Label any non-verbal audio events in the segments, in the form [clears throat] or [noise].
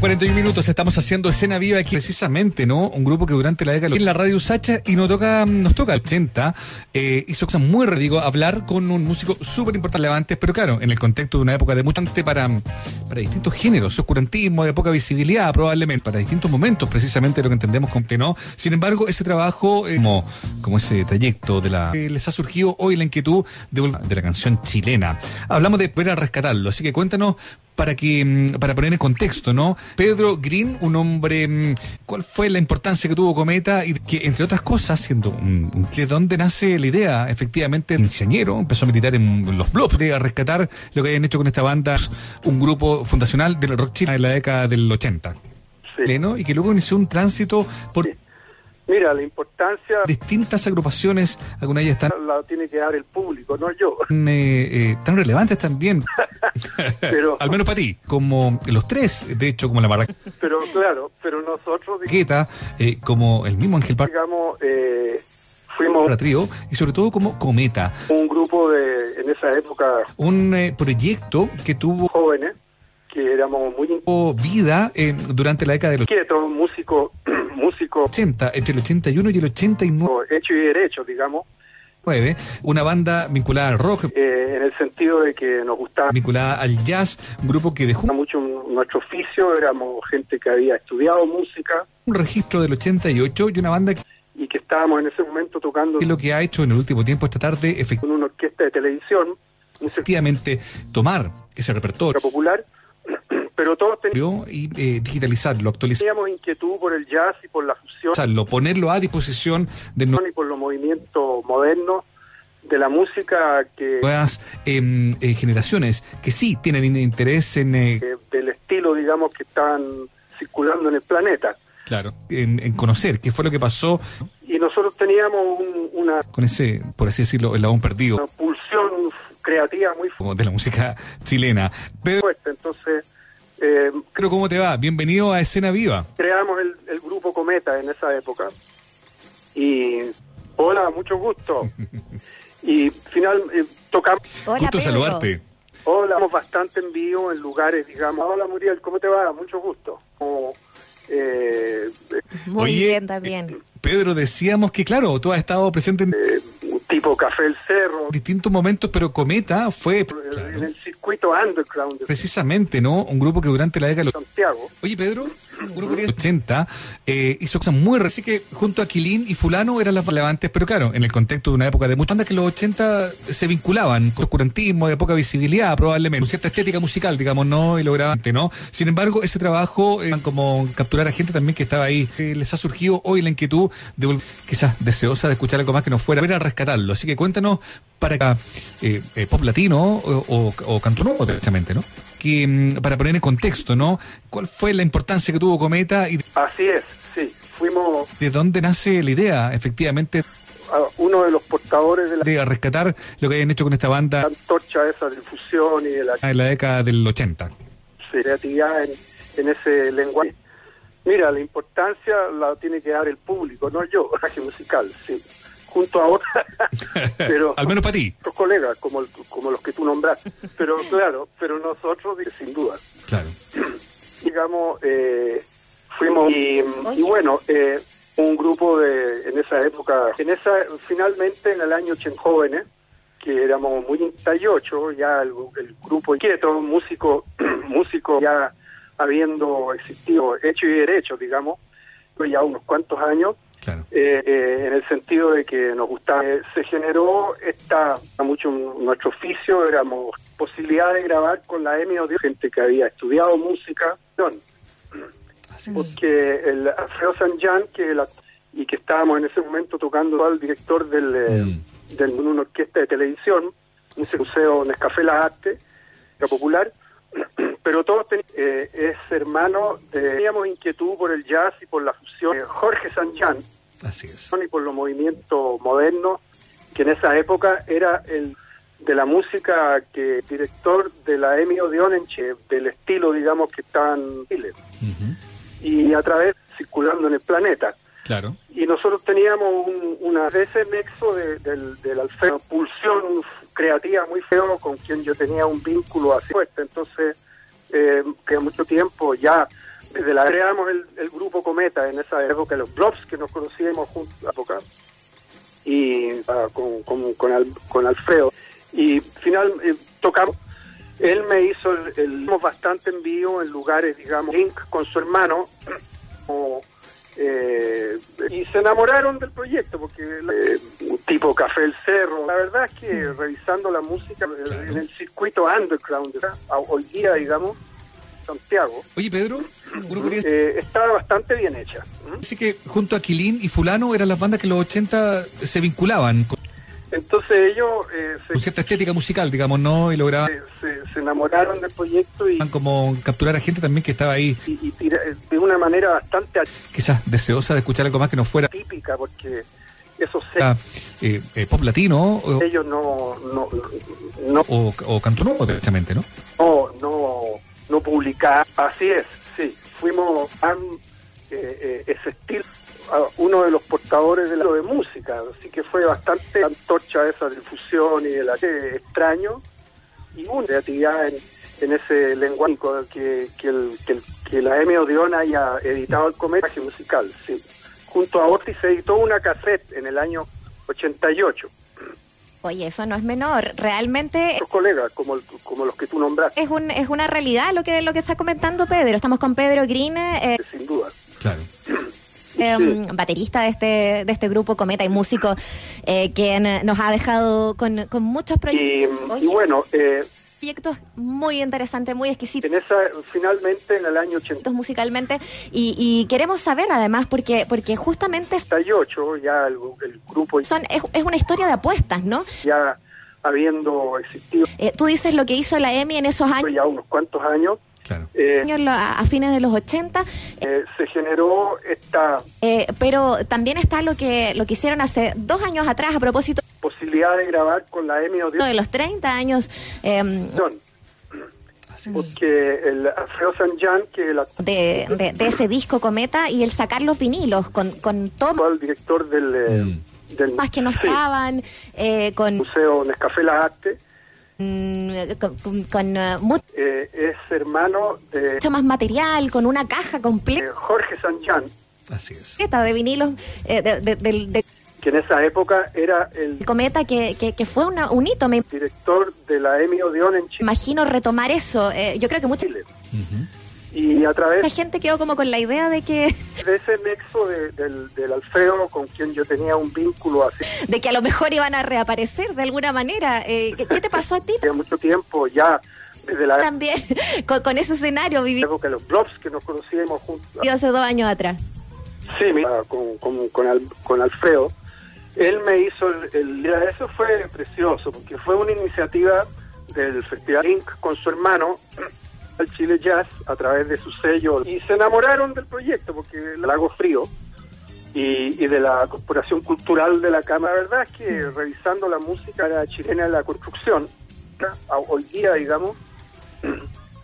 41 minutos estamos haciendo escena viva aquí precisamente, ¿no? Un grupo que durante la década en la radio Sacha y nos toca, nos toca 80, eh, hizo cosas muy ridículas, hablar con un músico súper importante, pero claro, en el contexto de una época de mucho para, para distintos géneros, oscurantismo, de poca visibilidad probablemente, para distintos momentos precisamente lo que entendemos con que no. Sin embargo, ese trabajo, eh, como, como ese trayecto de la que les ha surgido hoy la inquietud de, de la canción chilena. Hablamos de poder rescatarlo, así que cuéntanos para que mm, para poner en contexto, ¿no? Pedro Green, un hombre, mm, ¿cuál fue la importancia que tuvo Cometa y que entre otras cosas, siendo un, un de dónde nace la idea, efectivamente, el ingeniero empezó a militar en los blogs a rescatar lo que habían hecho con esta banda, un grupo fundacional del rock china en la década del 80. Sí. ¿no? Y que luego inició un tránsito por sí. Mira, la importancia. Distintas agrupaciones, algunas de ellas están. La tiene que dar el público, no yo. Tan, eh, eh, tan relevantes también. pero... [laughs] Al menos para ti, como los tres, de hecho, como la marca. Pero claro, pero nosotros. Digamos, eh, como el mismo Ángel Park. Digamos, eh, fuimos. Para trío, y sobre todo como Cometa. Un grupo de. En esa época. Un eh, proyecto que tuvo. Jóvenes, que éramos muy. Vida eh, durante la década de los. Quieto, músico [clears throat] músico 80, entre el 81 y el 89. Hecho y derecho, digamos. Una banda vinculada al rock. Eh, en el sentido de que nos gustaba. Vinculada al jazz, un grupo que dejó. Mucho un, nuestro oficio, éramos gente que había estudiado música. Un registro del 88 y una banda que. Y que estábamos en ese momento tocando. Y lo que ha hecho en el último tiempo es tratar de efectuar. Una orquesta de televisión. Efectivamente, tomar ese repertorio. Popular [clears throat] pero todos teníamos y eh, digitalizarlo, actualizarlo. Teníamos inquietud por el jazz y por la fusión, ponerlo a disposición de no y por los movimientos modernos de la música que nuevas eh, eh, generaciones que sí tienen interés en eh, del estilo, digamos, que están circulando en el planeta. Claro, en, en conocer qué fue lo que pasó. Y nosotros teníamos un, una con ese, por así decirlo, el aún perdido. Una pulsión creativa muy fuerte de la música chilena. Pero... Entonces eh, Creo, ¿cómo te va? Bienvenido a Escena Viva. Creamos el, el, grupo Cometa en esa época. Y hola, mucho gusto. y final eh, tocamos. Hola, gusto Pedro. saludarte. Hola, estamos bastante en vivo en lugares, digamos. Hola, Muriel, ¿cómo te va? Mucho gusto. Como, eh, Muy oye, bien también. Pedro, decíamos que, claro, tú has estado presente en tipo Café El Cerro. Distintos momentos, pero Cometa fue... Claro. En el circuito underground. Precisamente, ¿no? Un grupo que durante la década... Santiago. Oye, Pedro, un grupo de 80 eh, hizo cosas muy... Así que junto a Quilín y Fulano eran las relevantes, pero claro, en el contexto de una época de muchas bandas que los 80 se vinculaban con oscurantismo, de poca visibilidad probablemente, con cierta estética musical, digamos, ¿no? Y lograban, ¿no? Sin embargo, ese trabajo, eh, como capturar a gente también que estaba ahí, eh, les ha surgido hoy la inquietud, de, quizás deseosa de escuchar algo más que no fuera, era rescatarlo. Así que cuéntanos para eh, eh, pop latino o, o, o cantonuevo directamente, ¿no? Que, mm, para poner en contexto, ¿no? ¿Cuál fue la importancia que tuvo Cometa? Y... Así es, sí. Fuimos. ¿De dónde nace la idea, efectivamente? uno de los portadores de la. De rescatar lo que hayan hecho con esta banda. La antorcha esa de fusión y de la. En la década del 80. Sí, creatividad en, en ese lenguaje. Mira, la importancia la tiene que dar el público, no yo, [laughs] el musical, sí junto [laughs] a otra, pero al menos para ti, otros colegas como el, como los que tú nombraste, pero claro, pero nosotros sin duda, claro, digamos eh, fuimos y, y bueno eh, un grupo de en esa época, en esa finalmente en el año 80 jóvenes que éramos muy 38 ya el, el grupo inquieto músico [clears throat] músico ya habiendo existido hecho y derecho digamos pues ya unos cuantos años Claro. Eh, eh, en el sentido de que nos gustaba. Eh, se generó esta, mucho un, nuestro oficio, éramos posibilidad de grabar con la EMI de gente que había estudiado música. No, porque el Alfredo Sanjan, que la, y que estábamos en ese momento tocando al director del, mm. del, una orquesta de televisión, un museo Nescafé La Arte, la popular, [clears throat] pero todos teníamos, eh, es hermano, de, teníamos inquietud por el jazz y por la fusión. Jorge Sanchán, así es, y por los movimientos modernos, que en esa época era el de la música que director de la Emmy Odeon del estilo, digamos, que están en Chile, uh -huh. y a través circulando en el planeta. Claro. Y nosotros teníamos un, una de ese nexo de, del, del Alfredo, pulsión creativa muy feo con quien yo tenía un vínculo así fuerte. Entonces, eh, que mucho tiempo ya desde la creamos el, el, grupo Cometa en esa época, los Blobs que nos conocíamos juntos la época, y uh, con, con, con, Al, con, Alfredo. Y final eh, tocamos. Él me hizo el, el, bastante en vivo en lugares, digamos, Link con su hermano, [clears throat] o, eh, y se enamoraron del proyecto, porque eh, tipo Café El Cerro, la verdad es que revisando la música en el circuito underground, hoy día, digamos, Santiago. Oye, Pedro, podría... eh, está bastante bien hecha. Así que junto a Quilín y Fulano eran las bandas que en los 80 se vinculaban. Con... Entonces ellos... Eh, se... Con cierta estética musical, digamos, ¿no? Y lograban... Se, se, se enamoraron del proyecto y... Como capturar a gente también que estaba ahí. Y, y tira, eh, de una manera bastante... Quizás deseosa de escuchar algo más que no fuera... Típica, porque eso sea... Eh, pop latino. O... Ellos no... no, no... O, o cantonó directamente, ¿no? No, no no publicar. Así es, sí. Fuimos a eh, ese estilo, a uno de los portadores de, la, de música, así que fue bastante antorcha esa difusión y de la que extraño y una creatividad en, en ese lenguaje que, que, el, que, el, que la M. Odeón haya editado el comercio musical. Sí. Junto a Ortiz se editó una cassette en el año 88. Oye, eso no es menor. Realmente. Los colegas, como, como los que tú nombraste. Es, un, es una realidad lo que, lo que está comentando Pedro. Estamos con Pedro Green. Eh, Sin duda. Claro. Eh, sí. baterista de este, de este grupo Cometa y músico, eh, quien nos ha dejado con, con muchos proyectos. Y, Oye, y bueno, eh, proyectos muy interesantes, muy exquisitos. En esa, finalmente, en el año 80. Musicalmente, y, y queremos saber además, porque porque justamente... 88, ya el, el grupo... son es, es, una historia de apuestas, ¿no? Ya habiendo existido... Eh, tú dices lo que hizo la EMI en esos años... Ya unos cuantos años. Claro. Eh, a, a, fines de los 80 eh, se generó esta Eh, pero también está lo que lo que hicieron hace dos años atrás a propósito posibilidad de grabar con la M no, de los 30 años. Eh, porque el Alfredo Sanjan, que la... de, de, de, ese disco Cometa y el sacar los vinilos con, con todo. El director del. Mm. del Más que no estaban, sí. eh, con. Museo Nescafé La Arte. Con, con, con uh, mucho eh, es hermano de. eh, Mucho más material, con una caja completa. Jorge Sanjan. Así es. De vinilos. eh, de, de que en esa época era el, el cometa que, que, que fue una, un hito, me director de la Emmy Odeon en Chile. Imagino retomar eso, eh, yo creo que mucha uh -huh. Y a través... La gente quedó como con la idea de que... De ese nexo de, del, del Alfredo con quien yo tenía un vínculo así. De que a lo mejor iban a reaparecer de alguna manera. Eh, ¿qué, ¿qué, te pasó a ti? Hace mucho tiempo ya... Desde la También [laughs] con, con ese escenario viví. Época, los blogs que nos conocíamos juntos. Y hace dos años atrás. Sí, mira, Ah, con, con, con, Al, con Alfredo él me hizo el, el, eso fue precioso porque fue una iniciativa del festival Inc con su hermano [clears throat] al Chile Jazz a través de su sello y se enamoraron del proyecto porque el lago frío y, y de la corporación cultural de la cámara la verdad es que revisando la música la chilena de la construcción hoy día digamos [clears throat]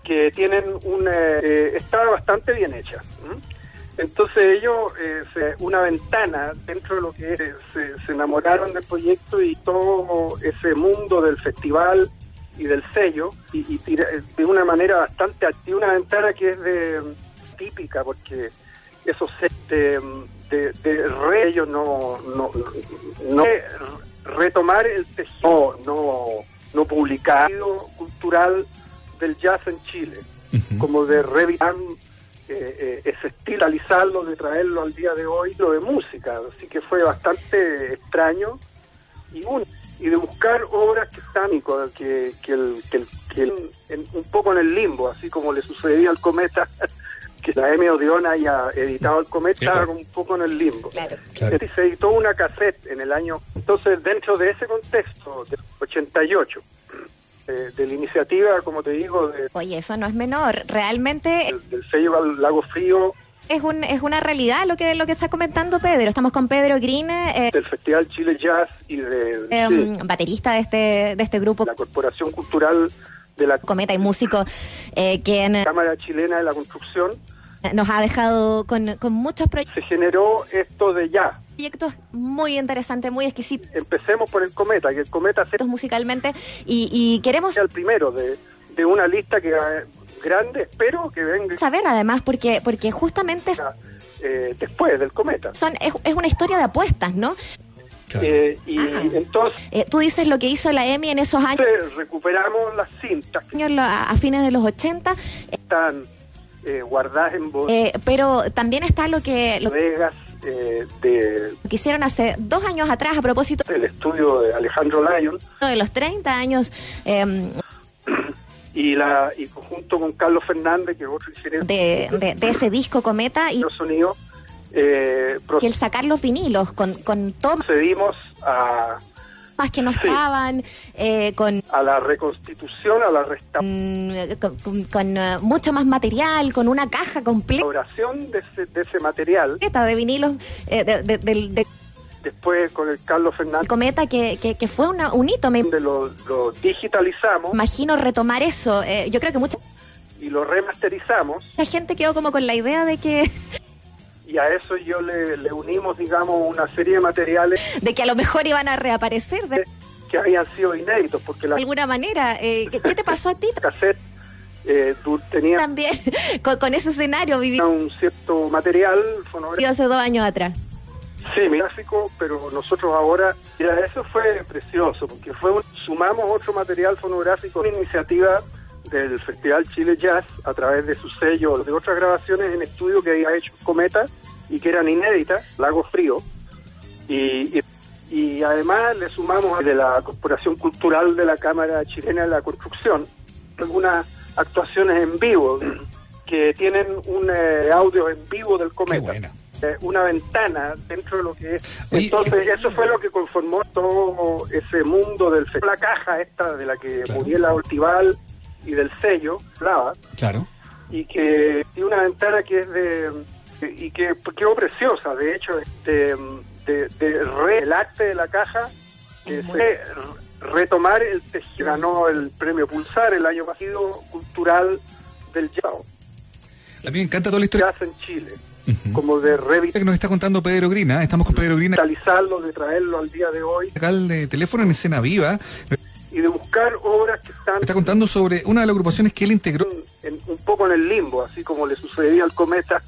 que tienen una eh, está bastante bien hecha entonces ellos, eh, se, una ventana dentro de lo que es, se, se, enamoraron del proyecto y todo ese mundo del festival y del sello, y, y tira, eh, de una manera bastante activa, una ventana que es de, típica, porque esos de, de, de re, ellos no, no, no, retomar el tejido no, no publicado cultural del jazz en Chile, uh -huh. como de revisar eh, eh, es estilizarlo, de traerlo al día de hoy, lo de música. Así que fue bastante extraño y, un, y de buscar obras que están que, que, el, que, el, que el, en, un poco en el limbo, así como le sucedía al cometa. [laughs] que la M. Odeón haya editado el cometa un poco en el limbo. Claro. claro. Se editó una cassette en el año... Entonces, dentro de ese contexto, de 88, eh, de, de la iniciativa, como te digo. De, Oye, eso no es menor. Realmente. Del, del sello al Lago Frío. Es, un, es una realidad lo que lo que está comentando Pedro. Estamos con Pedro Green. Eh, del Festival Chile Jazz y de. Eh, sí, baterista de este, de este grupo. La Corporación Cultural de la. Cometa y músico, eh, quien. Cámara Chilena de la Construcción. Nos ha dejado con, con muchos Se proyectos. generó esto de ya proyectos muy interesantes, muy exquisitos. Empecemos por el cometa, que el cometa se... musicalmente y, y queremos el primero de, de, una lista que eh, grande, espero que venga Saber además, porque, porque justamente es- eh, después del cometa. son, es, es una historia de apuestas, ¿no? Claro. Eh, y entonces Eh, tú dices lo que hizo la EMI en esos años, recuperamos las cintas que lo- a, a fines de los 80, eh, están eh, guardadas en eh, pero también está lo que, lo bodegas eh, de- que hicieron hace dos años atrás a propósito del estudio de Alejandro Lyon de los 30 años eh, y la y junto con Carlos Fernández, que es otro ingeniero de, de- de ese disco Cometa y de sonido, eh, y el sacar los vinilos con, con tomas procedimos a, que no Sí. estaban, eh, con, a la reconstitución, a la mm, con, con- con, eh, mucho más material, con una caja completa restauración de ese, de ese material. de vinilos eh, de, de- del- de Después con el Carlos Fernández Cometa que, que, que fue una- un hito. Me donde lo, lo digitalizamos imagino retomar eso. Eh, yo creo que mucha y lo remasterizamos gente quedó como con la idea de que, [laughs] y a eso yo le, le unimos, digamos, una serie de materiales de que a lo mejor iban a reaparecer de que habían sido inéditos porque la alguna manera. Eh, ¿qué, qué te pasó a ti cassette eh, tú- tenía también [laughs] con, con ese escenario vivido un cierto material fonográfico hace dos años atrás? Sí, mi gráfico, pero nosotros ahora, mira, eso fue precioso, porque fue un- sumamos otro material fonográfico, una iniciativa del Festival Chile Jazz a través de su sello, de otras grabaciones en estudio que había hecho Cometa y que eran inéditas, Lago Frío, y, y- y además le sumamos de la Corporación Cultural de la Cámara Chilena de la Construcción algunas actuaciones en vivo que tienen un eh, audio en vivo del Cometa buena. eh, una ventana dentro de lo que es. Oye, eh, Entonces, eso fue lo que conformó todo ese mundo del sello. La caja esta de la que Claro. Muriela Ortival y del sello hablaba, Claro. y que tiene una ventana que es de. y que quedó preciosa, de hecho, de, de, de re- el arte de la caja, que Es se- bueno. re- retomar el tejido. Ganó el premio Pulsar el año pasado, cultural del jazz, A mí me encanta toda la historia jazz en Chile, como de revitalizar que nos está contando Pedro Grina. Estamos con Pedro Grina, digitalizarlo, de traerlo al día de hoy acá al de teléfono en escena viva. y de buscar obras que están Está contando sobre una de las agrupaciones que él integró en- un poco en el limbo, así como le sucedía al cometa,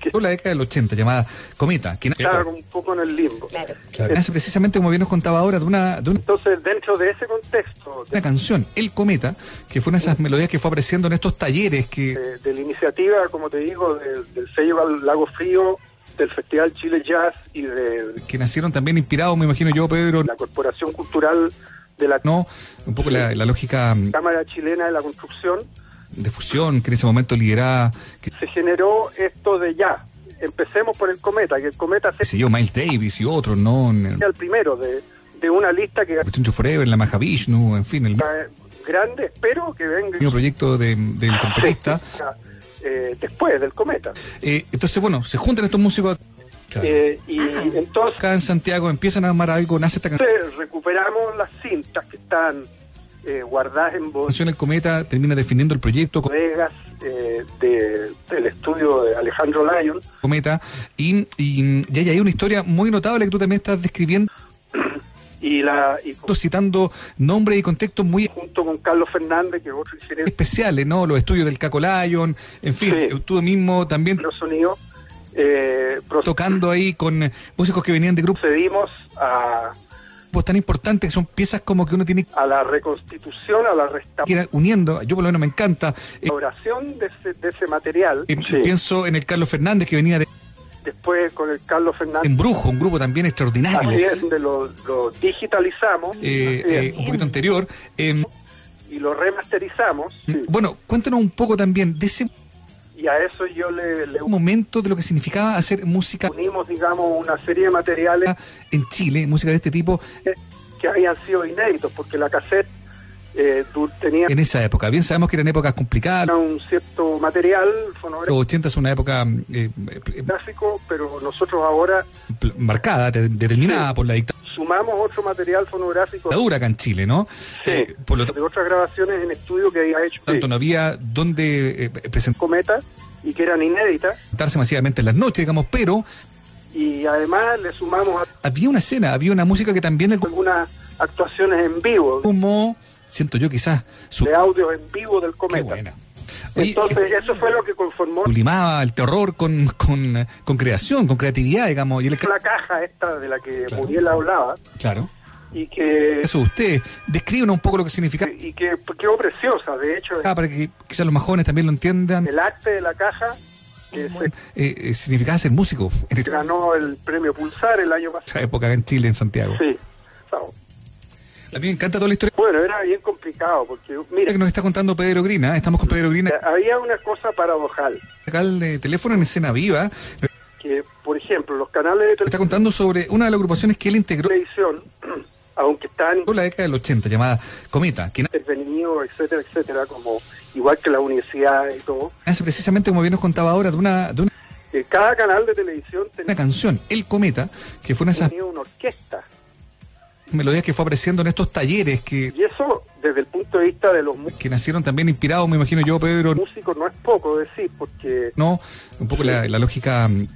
que en la década del 80, llamada Cometa, que estaba un poco en el limbo. Claro. Claro. nace precisamente, como bien nos contaba ahora, de una, de una Entonces, dentro de ese contexto una canción, El Cometa, que fue una de esas melodías que fue apareciendo en estos talleres que de, de la iniciativa, como te digo, del- del sello al Lago Frío, del Festival Chile Jazz y de que nacieron también inspirados, me imagino yo, Pedro, la Corporación Cultural de la ¿no? Un poco la, la lógica mm, Cámara Chilena de la Construcción, de fusión que en ese momento lideraba, qué se generó esto de ya. Empecemos por el cometa, que el cometa sé yo, Miles Davis y otros, ¿no? En el- sea el primero de, de una lista que Opportunity Forever, la Mahavishnu, en fin, el eh, grande, espero que venga mismo proyecto de- del trompetista. eh, después del cometa. Eh, entonces, bueno, se juntan estos músicos claro, Eh, y entonces acá en Santiago, empiezan a armar algo, nace esta canción. recuperamos las cintas que están eh, guardadas en canción El Cometa termina definiendo el proyecto con bodegas eh, de- del estudio de Alejandro Lyon Cometa y, y, y ahí hay una historia muy notable que tú también estás describiendo, y la y con- citando nombres y contextos muy junto con Carlos Fernández, que es otro ingeniero especiales, ¿no? Los estudios del Caco Lion, en fin, Sí. tú mismo también de los sonidos, eh, tocando ahí con eh, músicos que venían de grupos procedimos a, tan importantes, que son piezas como que uno tiene a la reconstitución, a la que ir uniendo, yo por lo menos me encanta. Eh, restauración de ese, de ese material. eh, Sí. Pienso en el Carlos Fernández que venía de Después con el Carlos Fernández. Embrujo, un grupo también extraordinario, Así es, donde lo, lo digitalizamos eh, así eh, es, un poquito anterior. Eh, y lo remasterizamos. Mm. Bueno, cuéntanos un poco también de ese Y a eso yo le, le momento de lo que significaba hacer música unimos, digamos, una serie de materiales en Chile, música de este tipo, que habían sido inéditos, porque la cassette eh, tú- tenía en esa época. Bien sabemos que eran épocas complicadas, un cierto material los fonográfico, 80 es una época eh, eh, pero nosotros ahora pl- marcada, de- determinada por la dictadura sumamos otro material fonográfico acá en Chile, ¿no? Eh, por lo de tanto, otras grabaciones en estudio que había hecho sí, no había donde presentarse Cometa y que eran inéditas. masivamente en las noches, digamos, pero y además le sumamos a- había una escena, había una música que también el algunas actuaciones en vivo, como, siento yo quizás, su... de audios en vivo del Qué cometa. buena. Oye, eh, Entonces, eso fue lo que conformó Limaba el terror con, con, con creación, con creatividad, digamos. Y él- la caja esta de la que Claro. Muriel hablaba claro. y que, Eso, usted, descríbenos un poco lo que significa y que quedó preciosa. De hecho, para que quizás los más jóvenes también lo entiendan. el arte de la caja que se Eh, eh, significaba ser músico en esa ganó el premio Pulsar el año pasado. época en Chile, en Santiago. Sí. O sea, A mí me encanta toda la historia Bueno, era bien complicado porque, mira, eh, que nos está contando Pedro Grina. Estamos con Pedro Grina, había una cosa paradojal, acá el de teléfono en escena viva. que, por ejemplo, los canales de Está contando sobre una de las agrupaciones que él integró televisión, [clears throat] aunque están en la década del 80, llamada Cometa, que intervenidos, etcétera, etcétera, como igual que la universidad y todo, nace precisamente, como bien nos contaba ahora, de una, de una, que cada canal de televisión una tenía canción, El Cometa, que fue una de esas tenía una orquesta. melodías que fue apareciendo en estos talleres que, Y eso, desde el punto de vista de los mu- que nacieron también inspirados, me imagino yo, Pedro, músicos, no es poco decir, porque ¿no? Un poco la, la lógica mm,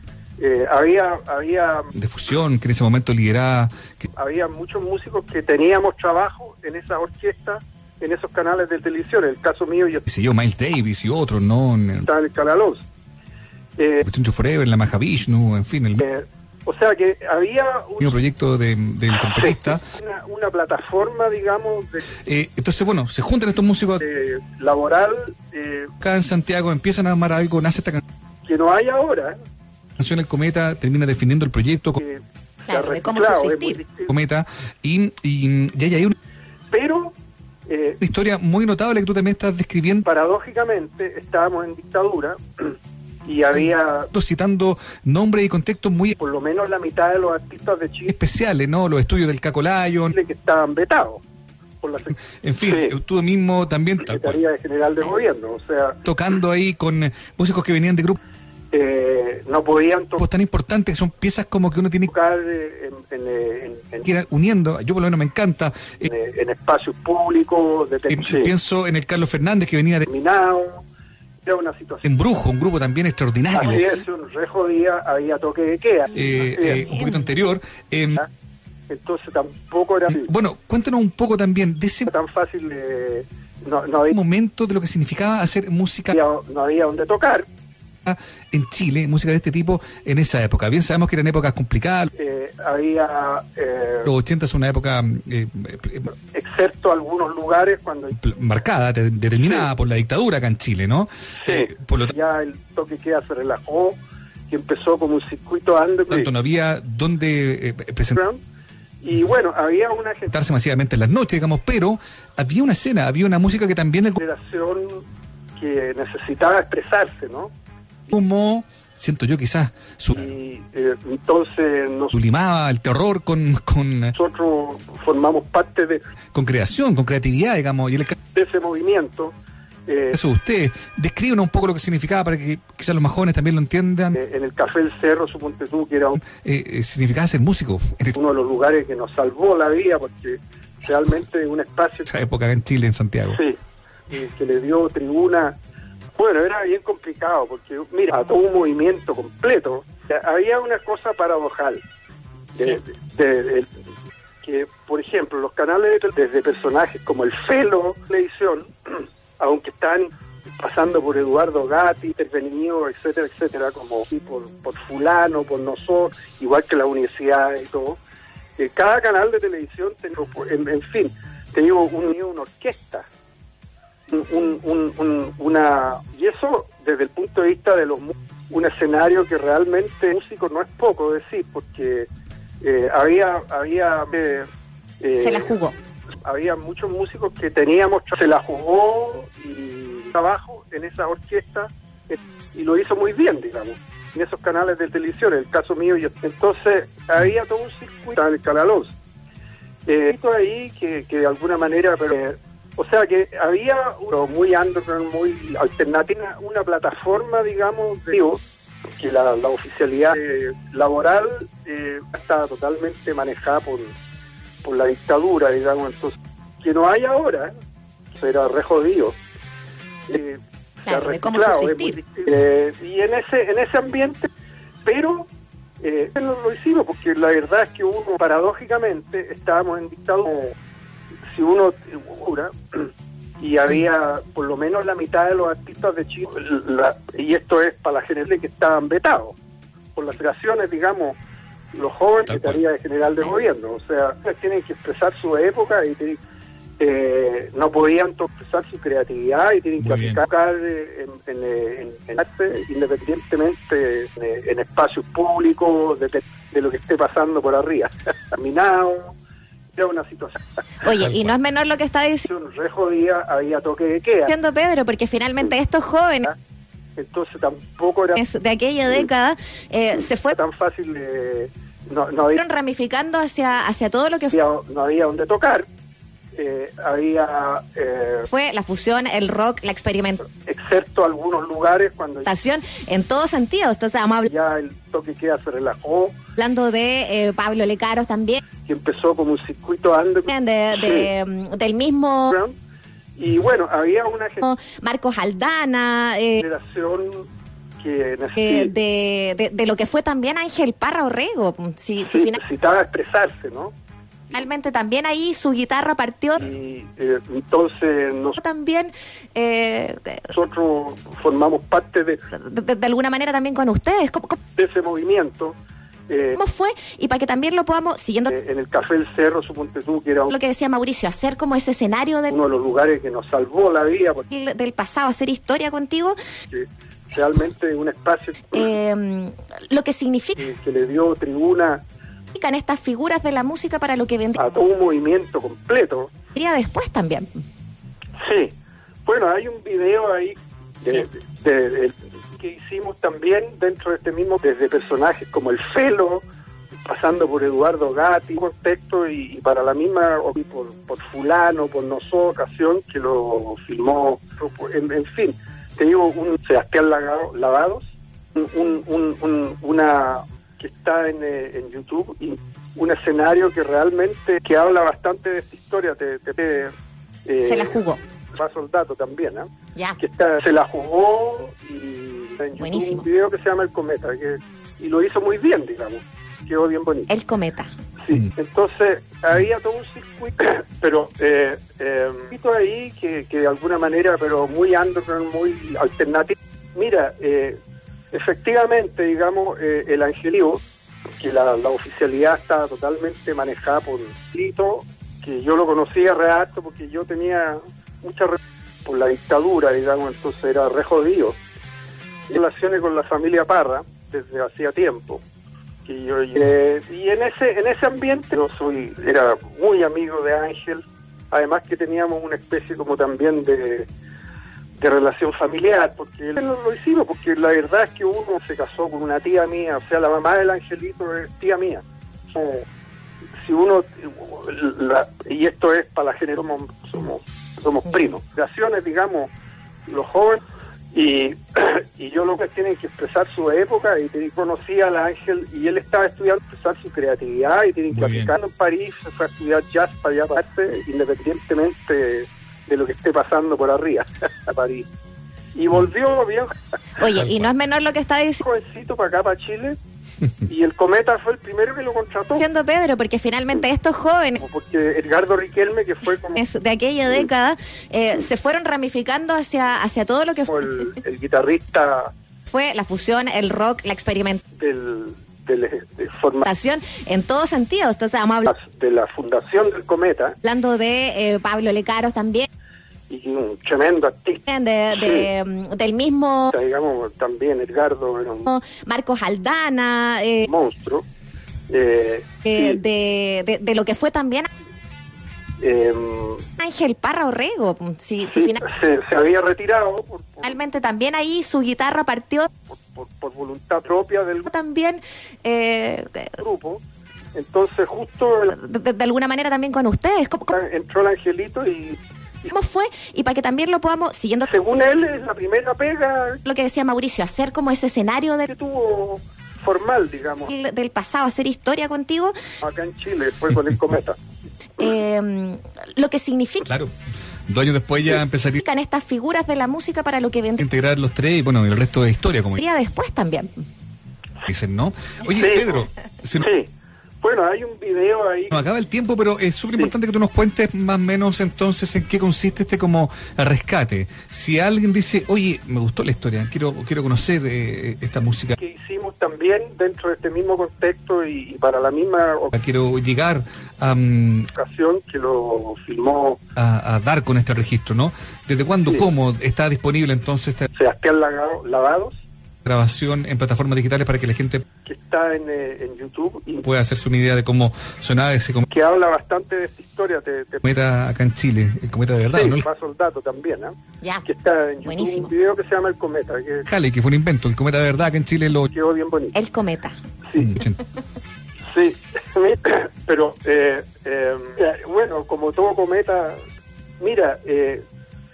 eh, había, había, de fusión que en ese momento lideraba. que- había muchos músicos que teníamos trabajo en esas orquestas, en esos canales de televisión. En el caso mío, yo qué sé yo, Miles Davis y otros, ¿no? En el estaba en el Canal 11. Eh, Chuncho Forever, en la Mahavishnu, en fin, el mismo eh, o sea que había un- proyecto de- del trompetista. una, una plataforma, digamos, de, Eh, entonces, bueno, se juntan estos músicos de laboral eh, acá en Santiago, empiezan a armar algo, nace esta canción, que no hay ahora, eh, El Cometa, termina definiendo el proyecto con que se Claro, ha de cómo reciclado, es subsistir. muy distinto. Cometa, y, y, y ahí hay una pero eh, historia muy notable que tú también estás describiendo, paradójicamente estábamos en dictadura y había citando nombres y contextos muy por lo menos la mitad de los artistas de Chile especiales, ¿no? Los estudios del Caco Lion, que estaban vetados por la Sec- en fin, eh, Sí. tú mismo también tal cual, Secretaría General de Gobierno, o sea, tocando ahí con eh, músicos que venían de grupos eh, no podían to- tan importantes, que son piezas como que uno tiene tocar eh, en, en, eh, en- en- que ir uniendo, yo por lo menos me encanta, eh, en, eh, en espacios públicos, de eh, pienso en el Carlos Fernández que venía de determinados, era una situación Embrujo, un grupo también extraordinario. así es, un re jodida, había toque de queda, Ah, eh, Así eh, es. Ah. un poquito anterior. Eh, entonces tampoco era bueno, cuéntanos un poco también de ese tan fácil, eh, no, no había momento de lo que significaba hacer música no había donde tocar. en Chile, música de este tipo en esa época. Bien sabemos que eran épocas complicadas, eh, había, eh, los 80 es una época eh, eh, excepto algunos lugares cuando pl- marcada, de- determinada Sí. por la dictadura acá en Chile, ¿no? Eh, por lo tanto, ya el toque queda se relajó y empezó como un circuito underground. no había donde eh, presentarse Y bueno, había una generación masivamente en las noches, digamos, pero había una escena, había una música que también el que necesitaba expresarse, ¿no? como siento yo quizás, su- Y eh, entonces nos- sublimaba el terror con, con, nosotros formamos parte de, con creación, con creatividad, digamos, y en el de ese movimiento. eh, caso de usted, descríbenos un poco lo que significaba para que quizás los más jóvenes también lo entiendan, eh, eh, en el Café El Cerro, suponte tú, que era un- eh, significaba ser músico en uno de los lugares que nos salvó la vida, porque realmente un espacio esa época acá en Chile, en Santiago. Sí, eh, que le dio tribuna. Bueno, era bien complicado porque, mira, todo un movimiento completo. O sea, había una cosa paradojal. de- de- de- de- que, por ejemplo, los canales de- desde personajes como el Felo Televisión, [clears throat] aunque están pasando por Eduardo Gatti, intervenido, etcétera, etcétera, como y por, por fulano, por nosotros, igual que la universidad y todo, eh, cada canal de televisión, te- en, en fin, te digo, un, una orquesta. Un, un- un- un- una Y eso desde el punto de vista de los mu- un escenario que realmente músico no es poco decir, porque eh, había... había eh, eh, Se la jugó. había muchos músicos que teníamos, se la jugó y trabajo en esa orquesta eh, y lo hizo muy bien, digamos, en esos canales de televisión, en el caso mío. Yo, entonces había todo un circuito en el Canal 11. Eh, circuito ahí que, que de alguna manera, pero, eh, o sea que había uno muy underground, muy alternativa, una plataforma, digamos, de, digo, que la, la oficialidad eh, laboral eh, estaba totalmente manejada por por la dictadura, digamos, entonces, que no hay ahora, será re jodido. Eh, Claro, se ha de cómo reciclado, es subsistir. muy distinto. Eh, y en ese, en ese ambiente, pero eh, lo, lo hicimos, porque la verdad es que uno, eh, paradójicamente, estábamos en dictadura, si uno, ahora, y había por lo menos la mitad de los artistas de Chile, la- y esto es para la general que estaban vetados por las relaciones, digamos, los jóvenes Tal que tenía de general de gobierno. O sea, tienen que expresar su época y tienen- eh, no podían to- expresar su creatividad y tienen Muy bien. que aplicar eh, en, en, eh, en- en arte independientemente eh, en, espacios públicos, de, de lo que esté pasando por arriba. [laughs] Caminado, era una situación Oye, Tal y cual. no es menor lo que está diciendo re jodida, había toque de queda. Pedro, porque finalmente estos jóvenes Entonces tampoco era de aquella década eh, se fueron tan fácil, eh, no, no había ramificando hacia, hacia todo lo que fue- había- no había donde tocar, eh, había, eh, fue la fusión, el rock, la experimentación excepto algunos lugares cuando en todo sentido. Entonces, estamos ya el toque de queda se relajó, hablando de eh, Pablo Lecaros también, que empezó como un circuito underground. de, de, mm, del mismo Y bueno, había una Oh, eh, Marcos Aldana, eh, generación que eh, necesitaba, de, de- de lo que fue también Ángel Parra Orrego. Si, si sí, necesitaba expresarse, ¿no? finalmente también ahí su guitarra partió, Y eh, entonces nosotros también eh, nosotros formamos parte de, de, de- de alguna manera también con ustedes. ¿Cómo, cómo- de ese movimiento. eh, cómo fue? Y para que también lo podamos, siguiendo eh, en el Café El Cerro, suponte tú, que era un- lo que decía Mauricio, hacer como ese escenario del, uno de los lugares que nos salvó la vida, porque del pasado, hacer historia contigo, realmente un espacio eh, lo que significan que, que le dio tribuna estas figuras de la música para lo que a vendría todo un movimiento completo. después también. Sí. Bueno, hay un video ahí de- Sí. de- de- que hicimos también dentro de este mismo, desde personajes como el Felo, pasando por Eduardo Gatti, contexto y, y para la misma, o- y por, por fulano, por nosotros, ocasión que lo filmó, en, en fin, te digo, un Sebastián Lagado- Lavados, un- un- un- un- una que está en, eh, en YouTube y un escenario que realmente, que habla bastante de esta historia, te, te- te- eh, Se la jugó. Paso el dato también, ¿ah? Ya. que está- se la jugó y en YouTube Buenísimo. un video que se llama El Cometa que- y lo hizo muy bien, digamos. Quedó bien bonito. El cometa. Sí. Mm. Entonces había todo un circuito, [coughs] pero eh, eh, un circuito ahí que, que de alguna manera, pero muy underground, muy alternativo. Mira, eh, efectivamente, digamos, eh, el Angelío, que la, la oficialidad está totalmente manejada por Lito, que yo lo conocía re harto porque yo tenía mucha re- por la dictadura, digamos, entonces era re jodido. Relaciones con la familia Parra desde hacía tiempo. que yo- eh, y en ese en ese ambiente yo soy era muy amigo de Ángel, además que teníamos una especie como también de, de relación familiar, porque lo, lo hicimos, porque la verdad es que uno se casó con una tía mía, o sea, la mamá del angelito es tía mía. Eh, si uno, la- y esto es para la género, somos, somos, somos primos. Relaciones, digamos, los jóvenes, y, [clears throat] y yo lo que tienen que expresar su época, y te- conocí al ángel, y él estaba estudiando expresar su creatividad, y tienen que Muy bien. aplicarlo en París, se fue a estudiar jazz para allá, para arte, independientemente de lo que esté pasando por arriba, [laughs] a París. Y volvió bien Oye, Tal y no es menor lo que está diciendo jovencito para acá, [laughs] para Chile, y el Cometa fue el primero que lo contrató. Pedro, porque finalmente estos jóvenes como porque Edgardo Riquelme, que fue como, de aquella década eh, se fueron ramificando hacia, hacia todo lo que como fue, el, el guitarrista fue la fusión, el rock, la experimentación del, del- eh, de, forma- en todo sentido. Entonces, estamos habla- de la fundación del Cometa, hablando de eh, Pablo Lecaros también, y un tremendo artista, de, de, mm, del mismo digamos, también Edgardo era un Marcos Aldana, eh, monstruo. Eh, eh, sí, de, de- de lo que fue también em, Ángel Parra Orrego. Si, sí, si final- se, se había retirado por, por- finalmente también ahí su guitarra partió por- por- por voluntad propia del también eh, grupo. Entonces justo el- de, de- de alguna manera también con ustedes. ¿Cómo, cómo- entró el angelito y, y cómo fue? Y para que también lo podamos, siguiendo según él es la primera pega lo que decía Mauricio, hacer como ese escenario que del, tuvo formal, digamos, del pasado, hacer historia contigo, acá en Chile, fue con el cometa. eh, lo que significan Claro. Dos años después ya empezaría estas figuras de la música para lo que a vendría integrar los tres y bueno, el resto de historia, como después también. dicen, ¿no? [laughs] Oye, Sí. Pedro, se nos- Sí, Bueno, hay un video ahí. Nos acaba el tiempo, pero es súper importante que tú nos cuentes más o menos entonces en qué consiste este como rescate. Si alguien dice, oye, me gustó la historia, quiero, quiero conocer eh, esta música, que hicimos también dentro de este mismo contexto y, y para la misma quiero llegar a, mm, ocasión que lo filmó a- a dar con este registro, ¿no? ¿Desde cuándo, Sí. cómo está disponible entonces esta Sebastián Lagado- Lavados, grabación en plataformas digitales para que la gente que está en, eh, en YouTube y pueda hacerse una idea de cómo sonaba ese cometa que habla bastante de esta historia. Te, te acá en Chile, el cometa de Pues, verdad, sí, ¿no? El paso el dato también, ¿eh? Ya. que está en YouTube Buenísimo. un video que se llama El Cometa, que Halley, que fue un invento, el cometa de verdad acá en Chile en los quedó bien bonito. El cometa. Sí, 80. sí, [laughs] pero eh, eh, bueno, como todo cometa, mira, eh,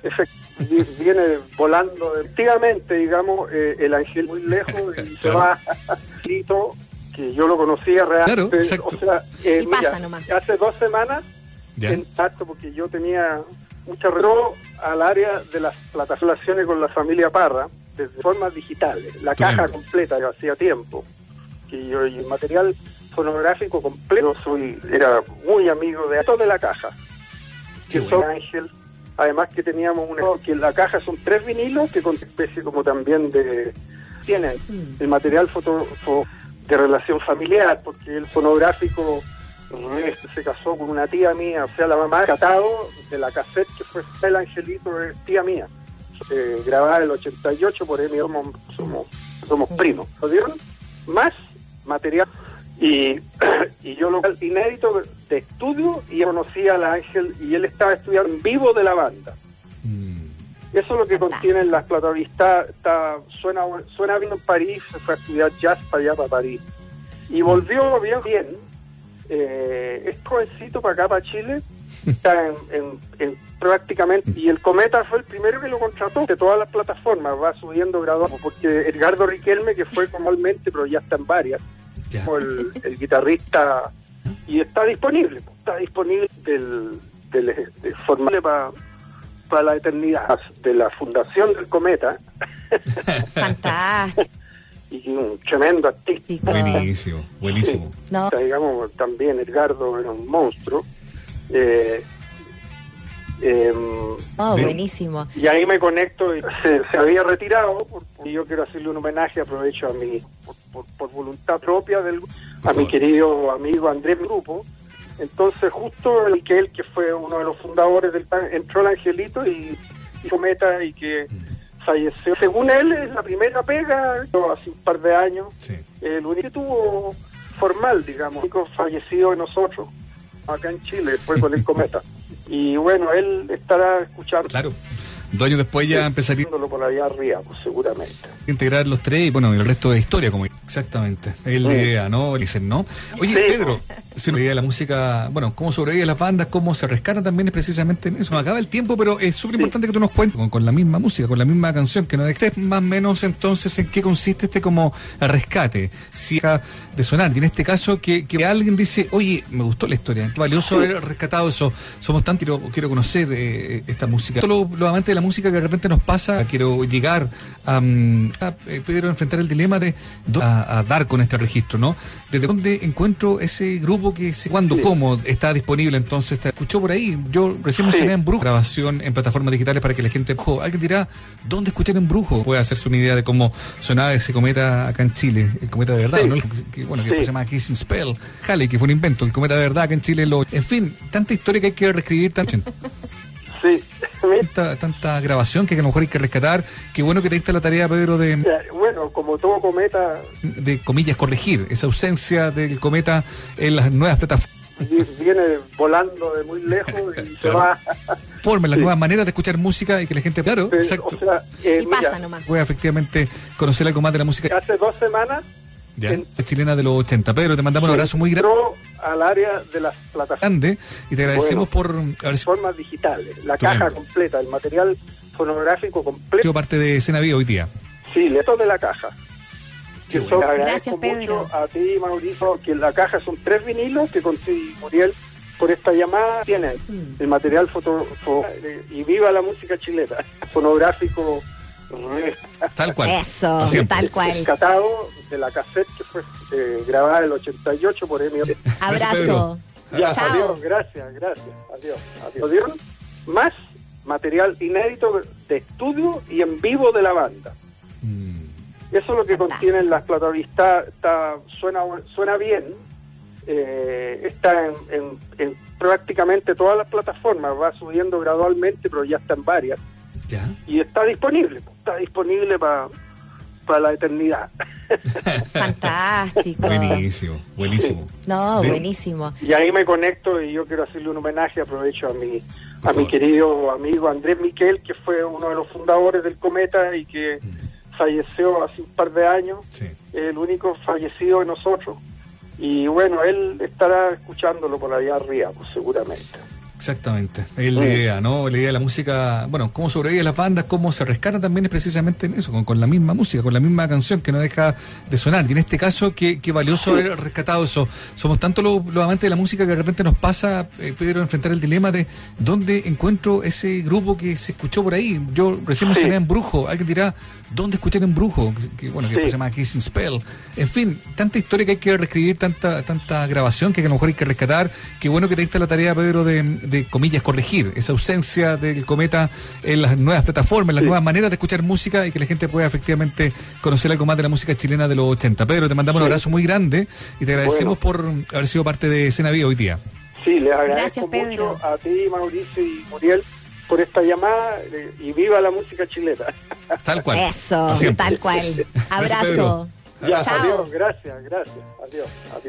efect- vi- [laughs] viene volando efectivamente, digamos, eh, el ángel muy lejos y se Claro. va [laughs] Lito, que yo lo conocía realmente. Claro, exacto. O sea, eh, Y mira, pasa nomás. hace dos semanas ¿Ya? en tacto porque yo tenía mucho reloj al área de las plata- relaciones con la familia Parra desde formas digitales, la Tú caja mismo. completa que hacía tiempo que yo y el material fonográfico completo soy era muy amigo de todo de la caja Qué que bueno. son Ángel además que teníamos una que en la caja son tres vinilos que con especie como también de tienen Mm. el material foto, fo- de relación familiar, porque el fonográfico eh, se casó con una tía mía, o sea, la mamá de catado de la cassette que fue el angelito es tía mía, eh, grabada en el 88 por Emi Ormond, somos, somos primos. Nos dieron más material y, [clears throat] y yo local inédito de estudio y conocí al ángel y él estaba estudiando en vivo de la banda. Mm. Eso es lo que Fantástico. contienen las platavistas. Está, suena, suena bien en París, se fue a estudiar jazz para allá, para París. Y volvió bien, bien. Eh, es jovencito para acá, para Chile. Está en, en- en prácticamente. Y el Cometa fue el primero que lo contrató de todas las plataformas. Va subiendo graduado. Porque Edgardo Riquelme, que fue formalmente, pero ya está en varias, Ya. como el, el guitarrista. Y está disponible. Está disponible del, del, de formal para para la eternidad de la fundación del cometa Fantástico. y un tremendo artista Buenísimo, buenísimo. No. digamos también Edgardo era un monstruo Eh, em, Oh, De- buenísimo. y ahí me conecto y se, se había retirado por- y yo quiero hacerle un homenaje aprovecho a mi por, por- por voluntad propia del a mi favor. querido amigo Andrés Grupo entonces justo el que él que fue uno de los fundadores del tan- entró el angelito y, y cometa y que Mm. falleció según él es la primera pega hace un par de años Sí. el único que tuvo formal, digamos, el único fallecido de nosotros acá en Chile fue [laughs] con el cometa. Y bueno, él estará escuchando Claro. Dos años después ya empezaría escuchándolo por allá arriba, pues, seguramente. a integrar los tres y bueno, el resto de historia, como exactamente. Es la Sí. idea, ¿no? Dicen, ¿no? Oye, Sí. Pedro, si la idea de la música, bueno, cómo sobreviven las bandas, cómo se rescatan también es precisamente en eso. Nos acaba el tiempo, pero es súper importante que tú nos cuentes con, con la misma música, con la misma canción, que nos estés más o menos entonces en qué consiste este como rescate, si deja de sonar. Y en este caso, que, que alguien dice, oye, me gustó la historia, qué valioso haber rescatado eso, somos tan, quiero, quiero conocer eh, esta música. Todos los- los amantes de la música que de repente nos pasa, quiero llegar a, mm, a, eh, Pedro, enfrentar el dilema de do- a, a dar con este registro, ¿no? ¿Desde dónde encuentro ese grupo que sé cuándo, Sí. cómo está disponible? Entonces, está- escuchó por ahí, yo recién mencioné Sí. en Brujo, grabación en plataformas digitales para que la gente, ojo, alguien dirá, ¿dónde escuchar en Brujo? Puede hacerse una idea de cómo sonaba ese cometa acá en Chile, el cometa de verdad, Sí. ¿no? El que- que, bueno, que Sí. se llama Kissing Spell, Halley, que fue un invento, el cometa de verdad acá en Chile, lo, en fin, tanta historia que hay que reescribir, [laughs] tanta... Sí, [laughs] tanta, tanta grabación que a lo mejor hay que rescatar. Qué bueno que te diste la tarea, Pedro, de, mira, bueno, como todo cometa, de comillas, corregir esa ausencia del cometa en las nuevas plataformas, vi- viene volando de muy lejos y se Claro. va. en las Sí. nuevas maneras de escuchar música y que la gente, claro, Eh, [laughs] exacto, O sea, eh, Y mira, pasa nomás. pueda efectivamente conocer algo más de la música hace dos semanas ya, en- chilena de los 80. Pedro, te mandamos un abrazo muy gra- entró al área de las plataformas. grande y te agradecemos Bueno. por haber formas digitales, la Tremendo. caja completa, el material fonográfico completo, sido parte de Escena Viva hoy día. sí, esto de la caja. Qué Que son, bueno. agradezco Gracias, Pedro. mucho a ti, Mauricio, que en la caja son tres vinilos que con ti, Muriel, por esta llamada tienen Mm. el material foto, fo- y viva la música chilena, fonográfico Tal cual. Eso, para siempre. tal cual. Rescatado de la cassette que fue eh, grabada en el 88 por [laughs] Emmy. Abrazo. Ya, Chao. adiós, gracias, gracias. Adiós, adiós. ¿Vieron? Más material inédito de estudio y en vivo de la banda. Mm. Eso es lo que Fantástico. contienen las plataformas. Está, está- suena, suena bien. eh, está en, en- en prácticamente todas las plataformas. Va subiendo gradualmente, pero ya está en varias. Ya. Y está disponible. Está disponible para la eternidad. Fantástico. Buenísimo, buenísimo. No, De- buenísimo. Y ahí me conecto y yo quiero hacerle un homenaje, aprovecho a mi, Por a mi favor. querido amigo Andrés Miquel, que fue uno de los fundadores del Cometa y que falleció hace un par de años, Sí. el único fallecido de nosotros. Y bueno, él estará escuchándolo por allá arriba, pues, seguramente. Exactamente, es Mm. la idea, ¿no? La idea de la música, bueno, cómo sobreviven las bandas, cómo se rescatan también es precisamente en eso, con, con la misma música, con la misma canción que no deja de sonar. Y en este caso, qué, qué valioso haber rescatado eso. Somos tanto los, los amantes de la música que de repente nos pasa, eh, Pedro, enfrentar el dilema de dónde encuentro ese grupo que se escuchó por ahí. Yo recién Sí. mencioné en Brujo, alguien dirá, ¿dónde escuchar en Brujo? Que, que, bueno, que Sí. después se llama Kissing Spell. En fin, tanta historia que hay que reescribir, tanta, tanta grabación que a lo mejor hay que rescatar. Qué bueno que te diste la tarea, Pedro, de, de, comillas, corregir esa ausencia del cometa en las nuevas plataformas, en las Sí. nuevas maneras de escuchar música y que la gente pueda efectivamente conocer algo más de la música chilena de los 80. Pedro, te mandamos un Sí. abrazo muy grande y te agradecemos por haber sido parte de Escena Viva hoy día. Sí, les agradezco Gracias, Pedro. mucho a ti, Mauricio y Muriel, por esta llamada eh, y viva la música chilena. Tal cual. Eso, Para siempre. [laughs] tal cual. Pedro. Abrazo. ya, [laughs] Chao. adiós, gracias, gracias, adiós, adiós.